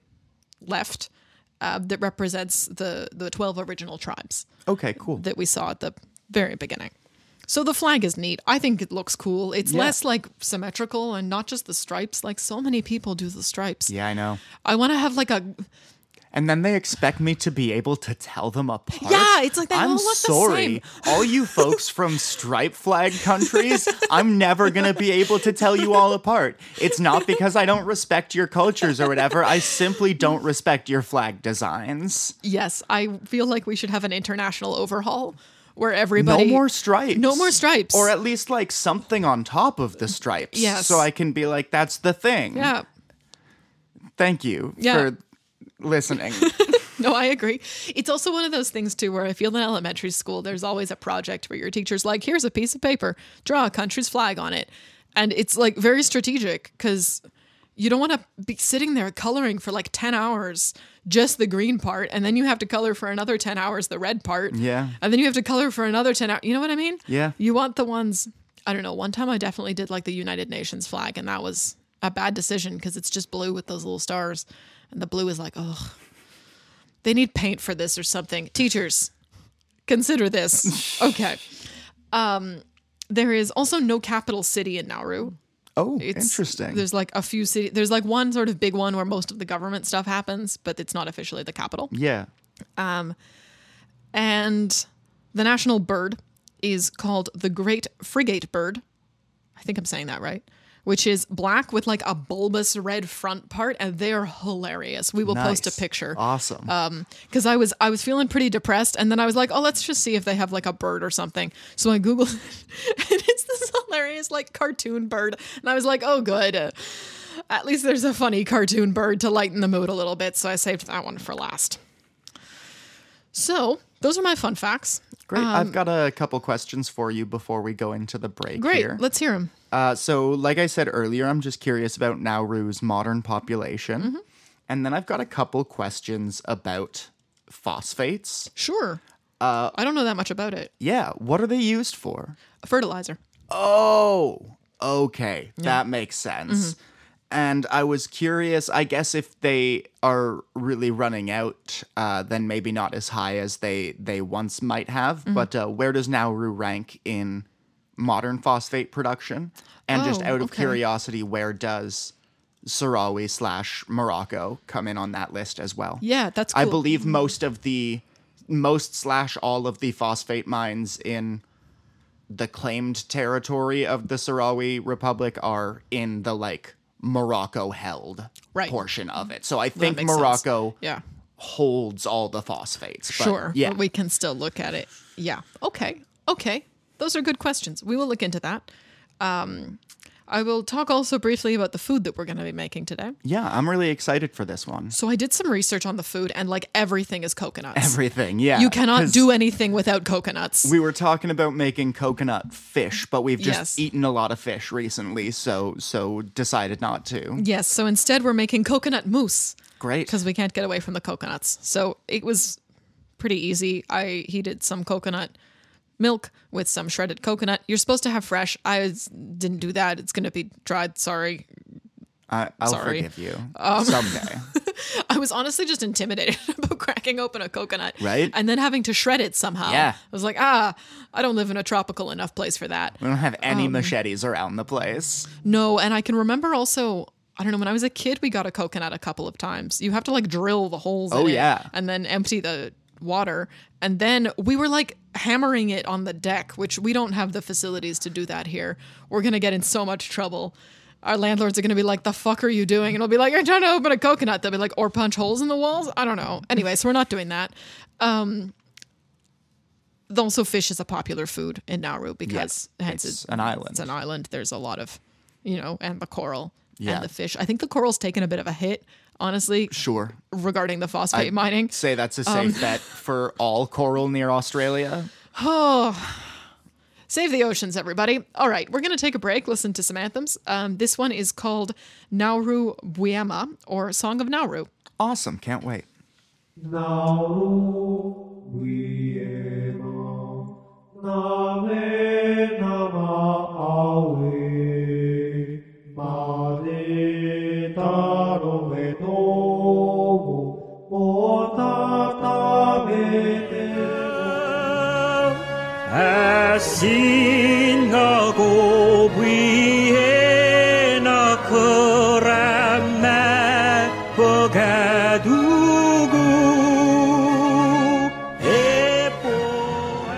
Speaker 1: left uh, that represents the, the 12 original tribes
Speaker 2: Okay, cool.
Speaker 1: that we saw at the very beginning. So the flag is neat. I think it looks cool. It's less like symmetrical and not just the stripes. Like so many people do the stripes.
Speaker 2: Yeah, I know.
Speaker 1: I want to have like a
Speaker 2: And then they expect me to be able to tell them apart.
Speaker 1: Yeah, it's like they
Speaker 2: I'm
Speaker 1: all look the
Speaker 2: sorry.
Speaker 1: same.
Speaker 2: all you folks from stripe flag countries, I'm never gonna be able to tell you all apart. It's not because I don't respect your cultures or whatever. I simply don't respect your flag designs.
Speaker 1: yes. I feel like we should have an international overhaul where everybody
Speaker 2: no more stripes.
Speaker 1: no more stripes.
Speaker 2: Or at least like something on top of the stripes.
Speaker 1: Yes.
Speaker 2: So I can be like, that's the thing.
Speaker 1: yeah.
Speaker 2: Thank you
Speaker 1: Yeah.
Speaker 2: for listening.
Speaker 1: No, I agree. It's also one of those things too where I feel in elementary school there's always a project where your teacher's like, "Here's a piece of paper, draw a country's flag on it," and it's like very strategic because you don't want to be sitting there coloring for like ten hours just the green part, and then you have to color for another ten hours the red part.
Speaker 2: Yeah.
Speaker 1: and then you have to color for another ten hours. You know what I mean?
Speaker 2: Yeah.
Speaker 1: You want the ones. I don't know. One time I definitely did like the United Nations flag, and that was a bad decision because it's just blue with those little stars, and the blue is like, oh they need paint for this or something. Teachers, consider this. Okay. Um, there is also no capital city in Nauru.
Speaker 2: Oh,
Speaker 1: It's-
Speaker 2: interesting.
Speaker 1: There's like a few city. There's like one sort of big one where most of the government stuff happens, but it's not officially the capital.
Speaker 2: yeah.
Speaker 1: And the national bird is called the Great Frigate Bird. I think I'm saying that right. which is black with like a bulbous red front part, and they're hilarious. We will post
Speaker 2: Nice.
Speaker 1: a picture
Speaker 2: Awesome.
Speaker 1: because I was I was feeling pretty depressed, and then I was like, oh, let's just see if they have like a bird or something. So I googled, it, and it's this hilarious like cartoon bird, and I was like, oh, good. At least there's a funny cartoon bird to lighten the mood a little bit. So I saved that one for last. So those are my fun facts.
Speaker 2: Great. I've got a couple questions for you before we go into the break
Speaker 1: Great,
Speaker 2: here.
Speaker 1: let's hear them.
Speaker 2: Uh, so, like I said earlier, I'm just curious about Nauru's modern population. And then I've got a couple questions about phosphates.
Speaker 1: Sure.
Speaker 2: Uh,
Speaker 1: I don't know that much about it.
Speaker 2: Yeah, what are they used for?
Speaker 1: Fertilizer.
Speaker 2: Oh, okay. That makes sense.
Speaker 1: Mm-hmm.
Speaker 2: And I was curious, I guess if they are really running out, uh, then maybe not as high as they, they once might have.
Speaker 1: Mm-hmm.
Speaker 2: But uh, where does Nauru rank in modern phosphate production? And just
Speaker 1: Oh,
Speaker 2: out of
Speaker 1: okay.
Speaker 2: curiosity, where does Sarawi slash Morocco come in on that list as well?
Speaker 1: Yeah, that's cool.
Speaker 2: I believe most of the most slash all of the phosphate mines in the claimed territory of the Sahrawi Republic are in the like Morocco held
Speaker 1: Right.
Speaker 2: portion of it. So I
Speaker 1: That
Speaker 2: think
Speaker 1: makes sense.
Speaker 2: Morocco
Speaker 1: Yeah.
Speaker 2: holds all the phosphates. but
Speaker 1: Sure.
Speaker 2: Yeah.
Speaker 1: But we can still look at it. Yeah. Okay. Okay. Those are good questions. We will look into that. Um, I will talk also briefly about the food that we're going to be making today.
Speaker 2: yeah, I'm really excited for this one.
Speaker 1: So I did some research on the food, and like everything is coconuts.
Speaker 2: Everything, yeah.
Speaker 1: you cannot
Speaker 2: 'cause
Speaker 1: do anything without coconuts.
Speaker 2: We were talking about making coconut fish, but we've just
Speaker 1: Yes.
Speaker 2: eaten a lot of fish recently, so so decided not to.
Speaker 1: yes. So instead, we're making coconut mousse.
Speaker 2: Great.
Speaker 1: because we can't get away from the coconuts. So it was pretty easy. I heated some coconut milk with some shredded coconut. You're supposed to have fresh. I was- didn't do that. It's going to be dried. Sorry.
Speaker 2: I, I'll
Speaker 1: Sorry. Um,
Speaker 2: forgive you someday.
Speaker 1: I was honestly just intimidated about cracking open a coconut.
Speaker 2: Right?
Speaker 1: And then having to shred it somehow.
Speaker 2: Yeah.
Speaker 1: I was like, ah, I don't live in a tropical enough place for that.
Speaker 2: We don't have any
Speaker 1: um,
Speaker 2: machetes around the place.
Speaker 1: No. And I can remember also. I don't know. When I was a kid, we got a coconut a couple of times. You have to like drill the holes.
Speaker 2: Oh,
Speaker 1: in it
Speaker 2: yeah.
Speaker 1: and then empty the water. And then we were like hammering it on the deck, which we don't have the facilities to do that here. We're gonna get in so much trouble. Our landlords are gonna be like, "The fuck are you doing?" And we'll be like, "I'm trying to open a coconut." They'll be like, "Or punch holes in the walls." I don't know. Anyway, so we're not doing that. Um, also, fish is a popular food in Nauru because hence
Speaker 2: it's
Speaker 1: it-
Speaker 2: an island.
Speaker 1: It's an island. There's a lot of, you know, and the coral
Speaker 2: Yeah.
Speaker 1: and the fish. I think the coral's taken a bit of a hit, honestly,
Speaker 2: Sure.
Speaker 1: regarding the phosphate mining.
Speaker 2: Say that's a
Speaker 1: Um,
Speaker 2: safe bet for all coral near Australia.
Speaker 1: Oh, Save the oceans, everybody. All right, we're going to take a break, listen to some anthems. Um, this one is called Nauru Buema, or Song of Nauru.
Speaker 2: Awesome. Can't wait.
Speaker 3: Singago buena corame bogadugu epoe.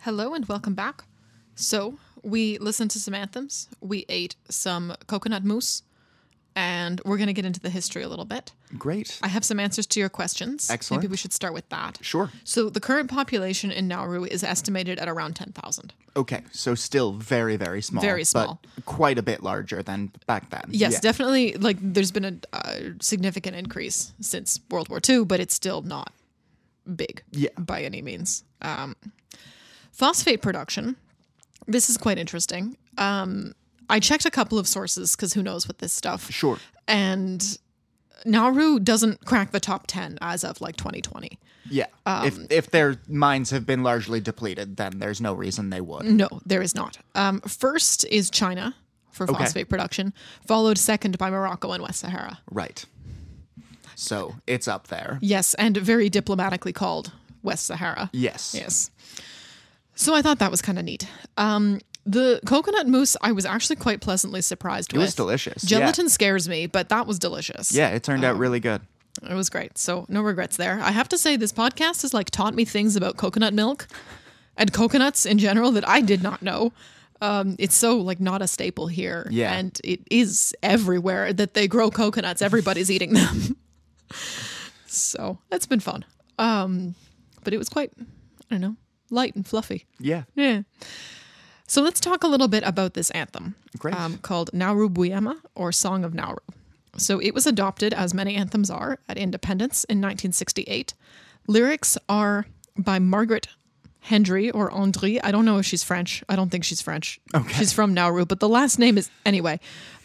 Speaker 1: Hello and welcome back. So, we listened to some anthems, we ate some coconut mousse, and we're going to get into the history a little bit.
Speaker 2: Great.
Speaker 1: I have some answers to your questions.
Speaker 2: Excellent.
Speaker 1: Maybe we should start with that.
Speaker 2: Sure.
Speaker 1: So, the current population in Nauru is estimated at around 10,000.
Speaker 2: Okay. So still very, very small.
Speaker 1: Very small.
Speaker 2: But quite a bit larger than back then.
Speaker 1: Yes,
Speaker 2: Yeah.
Speaker 1: definitely. Like, there's been a uh, significant increase since World War II, but it's still not big
Speaker 2: Yeah.
Speaker 1: by any means. Um, phosphate production. This is quite interesting. Um, I checked a couple of sources because who knows with this stuff.
Speaker 2: Sure.
Speaker 1: And Nauru doesn't crack the top 10 as of like 2020.
Speaker 2: Yeah. if
Speaker 1: Um,
Speaker 2: if their mines have been largely depleted, then there's no reason they would.
Speaker 1: No, there is not. Um, first is China for phosphate production, followed second by Morocco and West Sahara.
Speaker 2: Right. So it's up there.
Speaker 1: Yes, and very diplomatically called West Sahara.
Speaker 2: Yes.
Speaker 1: Yes. So I thought that was kind of neat. Um, the coconut mousse, I was actually quite pleasantly surprised
Speaker 2: It
Speaker 1: with.
Speaker 2: was delicious. yeah.
Speaker 1: Gelatin scares me, but that was delicious.
Speaker 2: Yeah, it
Speaker 1: Oh.
Speaker 2: turned out really good.
Speaker 1: It was great. So, no regrets there. I have to say, this podcast has like taught me things about coconut milk and coconuts in general that I did not know. Um, it's so like not a staple here.
Speaker 2: Yeah.
Speaker 1: And it is everywhere that they grow coconuts. Everybody's eating them. so, that's been fun. Um, but it was quite, I don't know, light and fluffy.
Speaker 2: Yeah,
Speaker 1: Yeah. So let's talk a little bit about this anthem
Speaker 2: Great.
Speaker 1: Um, called Nauru Buyama or Song of Nauru. So it was adopted, as many anthems are, at independence in 1968. Lyrics are by Margaret Hendry or Andry. I don't know if she's French. I don't think she's French.
Speaker 2: Okay.
Speaker 1: She's from Nauru, but the last name is, anyway,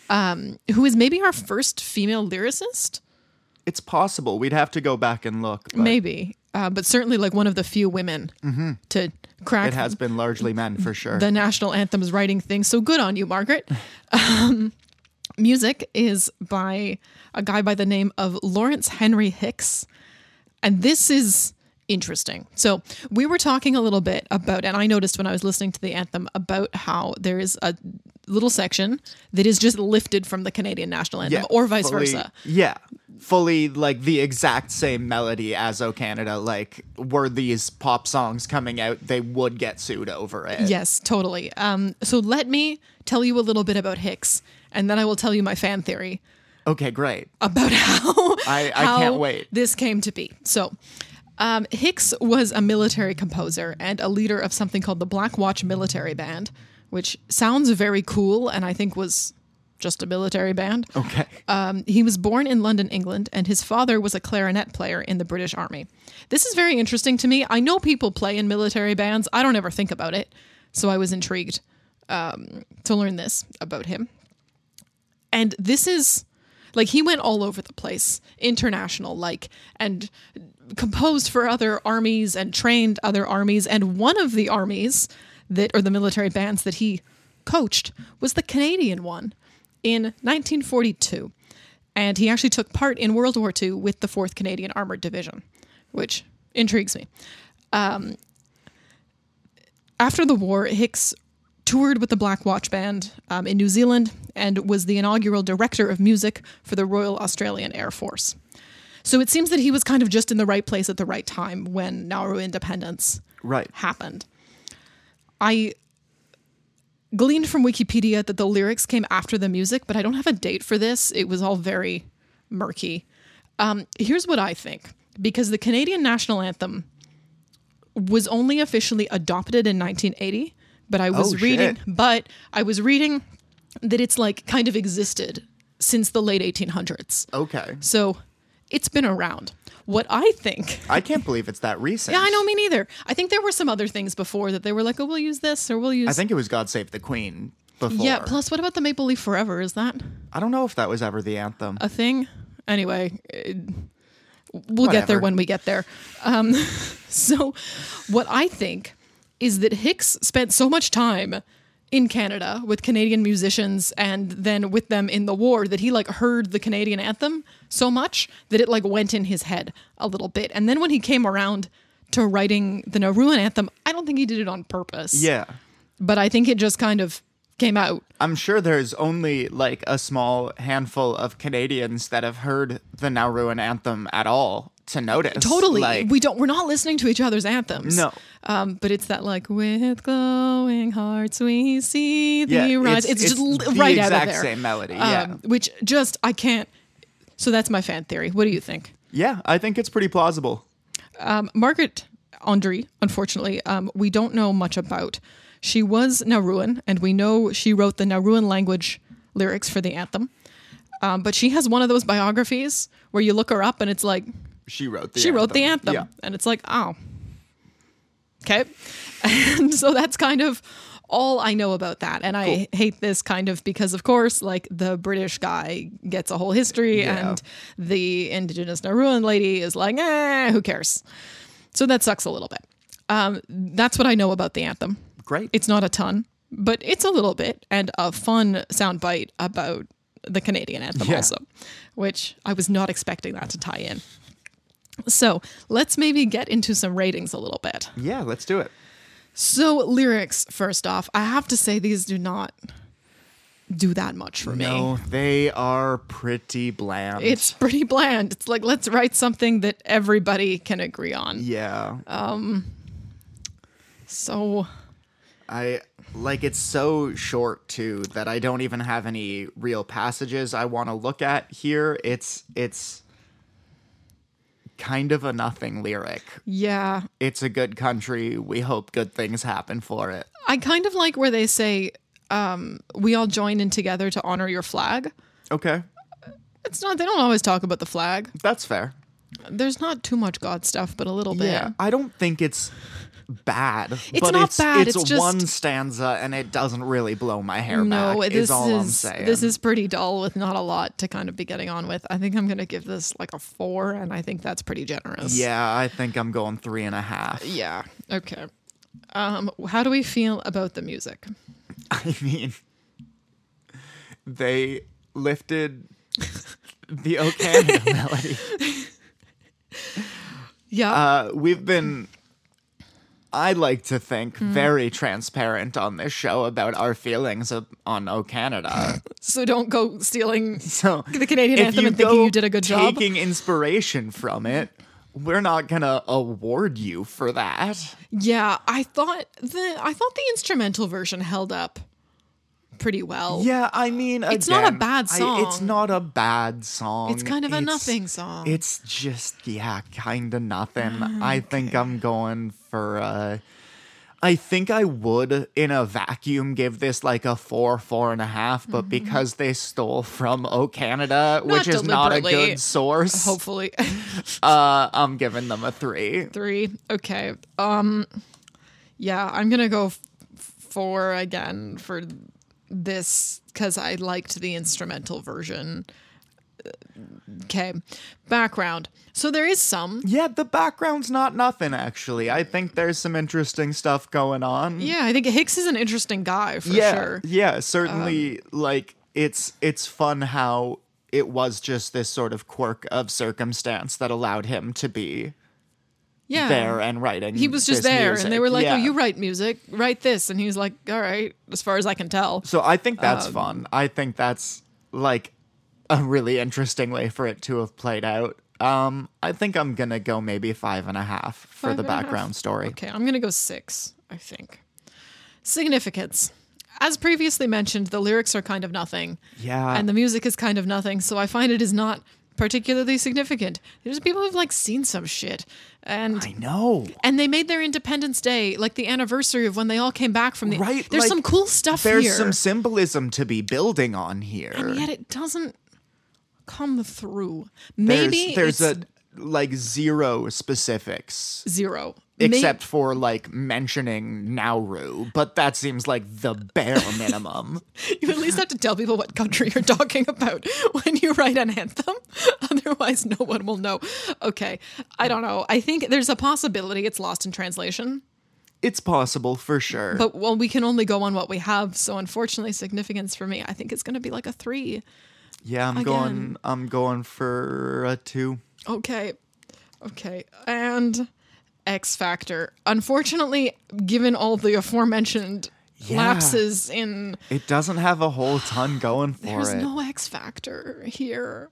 Speaker 1: um, who is maybe our first female lyricist?
Speaker 2: it's possible. We'd have to go back and look. But
Speaker 1: Maybe. Uh, but certainly like one of the few women to crack
Speaker 2: Mm-hmm. It has been largely men for sure.
Speaker 1: the national anthem's writing thing. So good on you, Margaret. Um, music is by a guy by the name of Lawrence Henry Hicks. And this is interesting. So we were talking a little bit about, and I noticed when I was listening to the anthem about how there is a little section that is just lifted from the Canadian national anthem or vice
Speaker 2: fully-
Speaker 1: versa.
Speaker 2: Yeah. Fully like the exact same melody as O Canada. Like, were these pop songs coming out, they would get sued over it.
Speaker 1: Yes, totally. Um, so let me tell you a little bit about Hicks, and then I will tell you my fan theory
Speaker 2: Okay, great.
Speaker 1: about how
Speaker 2: I- I
Speaker 1: how
Speaker 2: can't wait.
Speaker 1: this came to be. So, um, Hicks was a military composer and a leader of something called the Black Watch Military Band, which sounds very cool, and I think was just a military band.
Speaker 2: Okay.
Speaker 1: Um, he was born in London, England, and his father was a clarinet player in the British Army. This is very interesting to me. I know people play in military bands, I don't ever think about it. So I was intrigued um, to learn this about him. And this is like he went all over the place, international, like, and composed for other armies and trained other armies. And one of the armies that, or the military bands that he coached, was the Canadian one in 1942. And he actually took part in World War II with the 4th Canadian Armored Division, which intrigues me. Um, after the war, Hicks toured with the Black Watch Band um, in New Zealand and was the inaugural director of music for the Royal Australian Air Force. So it seems that he was kind of just in the right place at the right time when Nauru independence
Speaker 2: right.
Speaker 1: happened. I gleaned from Wikipedia that the lyrics came after the music, but I don't have a date for this. It was all very murky. Um, here's what I think because the Canadian national anthem was only officially adopted in 1980, but I was
Speaker 2: Oh, shit.
Speaker 1: reading, but I was reading that it's like kind of existed since the late 1800s.
Speaker 2: Okay.
Speaker 1: So it's been around. What I think
Speaker 2: I can't believe it's that recent.
Speaker 1: yeah, I know, me neither. I think there were some other things before that they were like, oh, we'll use this or we'll use.
Speaker 2: I think it was God Save the Queen before.
Speaker 1: yeah, plus, what about the Maple Leaf Forever? Is that
Speaker 2: I don't know if that was ever the anthem.
Speaker 1: a thing? Anyway, eh, we'll get there
Speaker 2: Whatever.
Speaker 1: when we get there. Um, so, what I think is that Hicks spent so much time in Canada with Canadian musicians and then with them in the war that he like heard the Canadian anthem so much that it like went in his head a little bit. And then when he came around to writing the Nauruan anthem, I don't think he did it on purpose.
Speaker 2: yeah.
Speaker 1: but I think it just kind of came out.
Speaker 2: I'm sure there's only like a small handful of Canadians that have heard the Nauruan anthem at all to notice.
Speaker 1: Totally,
Speaker 2: Like,
Speaker 1: we don't. We're not listening to each other's anthems.
Speaker 2: No.
Speaker 1: um, but it's that like with glowing hearts we see the
Speaker 2: yeah,
Speaker 1: rise. It's, just l- right
Speaker 2: the
Speaker 1: out
Speaker 2: exact
Speaker 1: of there.
Speaker 2: same melody.
Speaker 1: Um,
Speaker 2: Yeah.
Speaker 1: which just I can't. So that's my fan theory. What do you think?
Speaker 2: yeah, I think it's pretty plausible.
Speaker 1: Um, Margaret Andre, unfortunately, um, we don't know much about. She was Nauruan, and we know she wrote the Nauruan language lyrics for the anthem. Um, but she has one of those biographies where you look her up and it's like
Speaker 2: She wrote the
Speaker 1: she
Speaker 2: anthem.
Speaker 1: wrote the anthem
Speaker 2: Yeah.
Speaker 1: and it's like oh okay and so that's kind of all i know about that and i hate this kind of because of course like the british guy gets a whole history
Speaker 2: Yeah.
Speaker 1: and the indigenous nauruan lady is like eh who cares so that sucks a little bit um, that's what i know about the anthem
Speaker 2: Great.
Speaker 1: it's not a ton but it's a little bit and a fun soundbite about the canadian anthem
Speaker 2: Yeah.
Speaker 1: also which i was not expecting that to tie in so let's maybe get into some ratings a little bit.
Speaker 2: yeah, let's do it.
Speaker 1: So lyrics first off, I have to say these do not do that much for me.
Speaker 2: No, they are pretty bland.
Speaker 1: It's pretty bland. It's like let's write something that everybody can agree on.
Speaker 2: yeah.
Speaker 1: Uh, So
Speaker 2: I like it's so short too that I don't even have any real passages I want to look at here. It's it's kind of a nothing lyric.
Speaker 1: yeah,
Speaker 2: It's a good country. We hope good things happen for it.
Speaker 1: I kind of like where they say um, we all join in together to honor your flag.
Speaker 2: Okay.
Speaker 1: It's not they don't always talk about the flag.
Speaker 2: That's fair.
Speaker 1: There's not too much God stuff, but a little bit.
Speaker 2: Yeah. I don't think it's bad. It's
Speaker 1: not bad,
Speaker 2: It's,
Speaker 1: it's just-
Speaker 2: one stanza and it doesn't really blow my hair
Speaker 1: No,
Speaker 2: back.
Speaker 1: this
Speaker 2: is all I'm
Speaker 1: is
Speaker 2: saying.
Speaker 1: this is pretty dull with not a lot to kind of be getting on with. I think I'm gonna give this like a four, and I think that's pretty generous.
Speaker 2: yeah, I think I'm going three and a half.
Speaker 1: Yeah. Okay. Um, how do we feel about the music?
Speaker 2: I mean, they lifted the okay melody.
Speaker 1: Yeah.
Speaker 2: Uh, we've been, I like to think,
Speaker 1: Hmm.
Speaker 2: very transparent on this show about our feelings of, on O Canada.
Speaker 1: so don't go stealing
Speaker 2: So
Speaker 1: the Canadian
Speaker 2: if
Speaker 1: anthem
Speaker 2: you
Speaker 1: and thinking
Speaker 2: go
Speaker 1: you did a good job.
Speaker 2: taking inspiration from it, we're not gonna award you for that.
Speaker 1: Yeah, I thought the I thought the instrumental version held up pretty well.
Speaker 2: Yeah, I mean,
Speaker 1: It's not a
Speaker 2: again,
Speaker 1: bad
Speaker 2: I- it's
Speaker 1: song.
Speaker 2: not a bad song.
Speaker 1: It's kind of a
Speaker 2: It's-
Speaker 1: nothing song. Ah,
Speaker 2: It's just yeah, kind of nothing. I think I'm going for. Uh, I think I would, in a vacuum, give this like a four, four and a half.
Speaker 1: Mm-hmm.
Speaker 2: But because they stole from O Canada, which is not a
Speaker 1: deliberately.
Speaker 2: good source, uh,
Speaker 1: Hopefully.
Speaker 2: I'm giving them a three.
Speaker 1: Three. Okay. Um yeah, I'm gonna go f- four again for this because I liked the instrumental version. Okay. Background. So there is some.
Speaker 2: Yeah, the background's not nothing actually. I think there's some interesting stuff going on.
Speaker 1: Yeah, I think Hicks is an interesting guy for
Speaker 2: yeah,
Speaker 1: sure. Um,
Speaker 2: Yeah, certainly. like it's it's fun how it was just this sort of quirk of circumstance that allowed him to be
Speaker 1: Yeah.
Speaker 2: there and writing.
Speaker 1: He was just
Speaker 2: this
Speaker 1: there
Speaker 2: music.
Speaker 1: and they were like,
Speaker 2: Yeah.
Speaker 1: Oh, you write music, write this and he was like, All right, as far as I can tell.
Speaker 2: So I think
Speaker 1: Um,
Speaker 2: that's fun. I think that's like a really interesting way for it to have played out. Um, I think I'm gonna go maybe five and a half for
Speaker 1: Five
Speaker 2: the
Speaker 1: and a half.
Speaker 2: background story.
Speaker 1: Okay, I'm going to go six, I think. Significance. As previously mentioned, the lyrics are kind of nothing.
Speaker 2: Yeah.
Speaker 1: And the music is kind of nothing. So I find it is not particularly significant. There's people who've like seen some shit. And.
Speaker 2: I know.
Speaker 1: and they made their Independence Day like the anniversary of when they all came back from the.
Speaker 2: Right,
Speaker 1: There's
Speaker 2: like,
Speaker 1: some cool stuff
Speaker 2: There's
Speaker 1: here,
Speaker 2: some symbolism to be building on here.
Speaker 1: yet it doesn't come through.
Speaker 2: there's,
Speaker 1: Maybe
Speaker 2: there's
Speaker 1: it's
Speaker 2: a like zero specifics
Speaker 1: zero. May-
Speaker 2: except for like mentioning Nauru, but that seems like the bare minimum.
Speaker 1: You at least have to tell people what country you're talking about when you write an anthem. Otherwise, no one will know. Okay. I don't know. I think there's a possibility it's lost in translation,
Speaker 2: it's possible for sure.
Speaker 1: but well, we can only go on what we have. So, unfortunately, significance for me, I think it's going to be like a three.
Speaker 2: yeah, I'm going I'm going for a 2.
Speaker 1: Okay. Okay. And X Factor. Unfortunately, given all the aforementioned lapses in
Speaker 2: It doesn't have a whole ton going for
Speaker 1: There's
Speaker 2: it.
Speaker 1: no X factor here.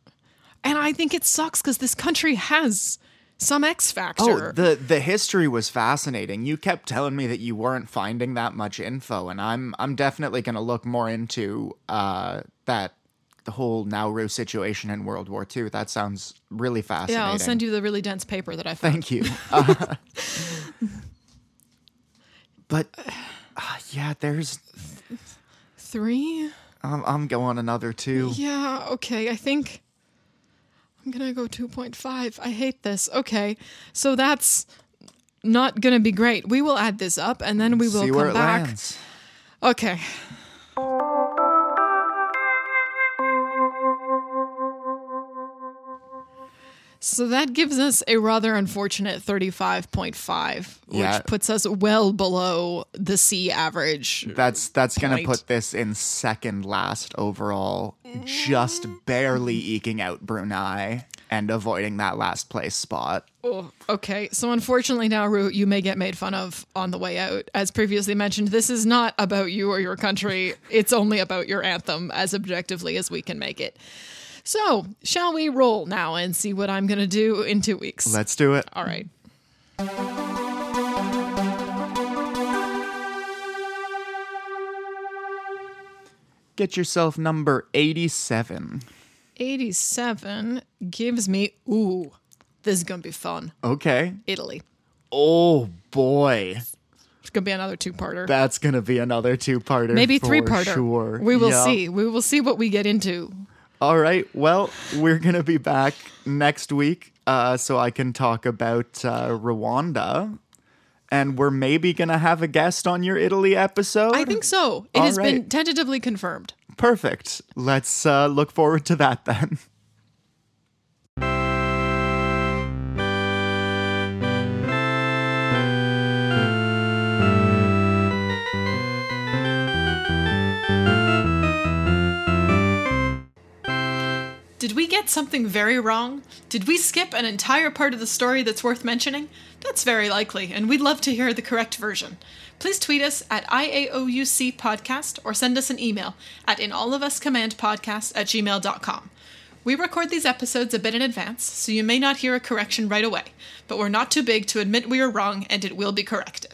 Speaker 1: And I think it sucks because this country has some X
Speaker 2: Oh,
Speaker 1: factor.
Speaker 2: the the history was fascinating. You kept telling me that you weren't finding that much info, and I'm I'm definitely going to look more into uh, that the whole Nauru situation in World War II. That sounds really fascinating.
Speaker 1: yeah, I'll send you the really dense paper that I found.
Speaker 2: Thank you. Uh, but uh, yeah, there's.
Speaker 1: Three?
Speaker 2: I'm, I'm going another two.
Speaker 1: Yeah, okay. I think I'm going to go 2.5. I hate this. Okay. So that's not going to be great. We will add this up and then we will
Speaker 2: See
Speaker 1: come
Speaker 2: where it
Speaker 1: back.
Speaker 2: lands.
Speaker 1: Okay. So that gives us a rather unfortunate 35.5, which
Speaker 2: Yeah.
Speaker 1: puts us well below the C average.
Speaker 2: That's that's gonna
Speaker 1: Point.
Speaker 2: put this in second last overall, just barely eking out Brunei and avoiding that last place spot.
Speaker 1: Oh, okay. So unfortunately, Nauru, you may get made fun of on the way out. As previously mentioned, this is not about you or your country. It's only about your anthem, as objectively as we can make it. So, shall we roll now and see what I'm going to do in two weeks?
Speaker 2: Let's do it.
Speaker 1: All right.
Speaker 2: Get yourself number eighty-seven.
Speaker 1: 87 gives me, ooh, this is going to be fun.
Speaker 2: Okay.
Speaker 1: Italy.
Speaker 2: Oh boy,
Speaker 1: It's going to be another two parter.
Speaker 2: that's gonna be another two-parter.
Speaker 1: Maybe
Speaker 2: for
Speaker 1: three parter.
Speaker 2: Sure.
Speaker 1: We will
Speaker 2: Yeah.
Speaker 1: see. We will see what we get into.
Speaker 2: All right. Well, we're gonna be back next week, uh, so I can talk about uh, Rwanda, and we're maybe gonna have a guest on your Italy episode.
Speaker 1: I think so. It
Speaker 2: All
Speaker 1: has been
Speaker 2: right.
Speaker 1: tentatively confirmed.
Speaker 2: Perfect. Let's uh, look forward to that then.
Speaker 1: Did we get something very wrong? Did we skip an entire part of the story that's worth mentioning? That's very likely, and we'd love to hear the correct version. Please tweet us at IAOUC Podcast or send us an email at inallofuscommandpodcast at gmail.com. We record these episodes a bit in advance, so you may not hear a correction right away, but we're not too big to admit we are wrong and it will be corrected.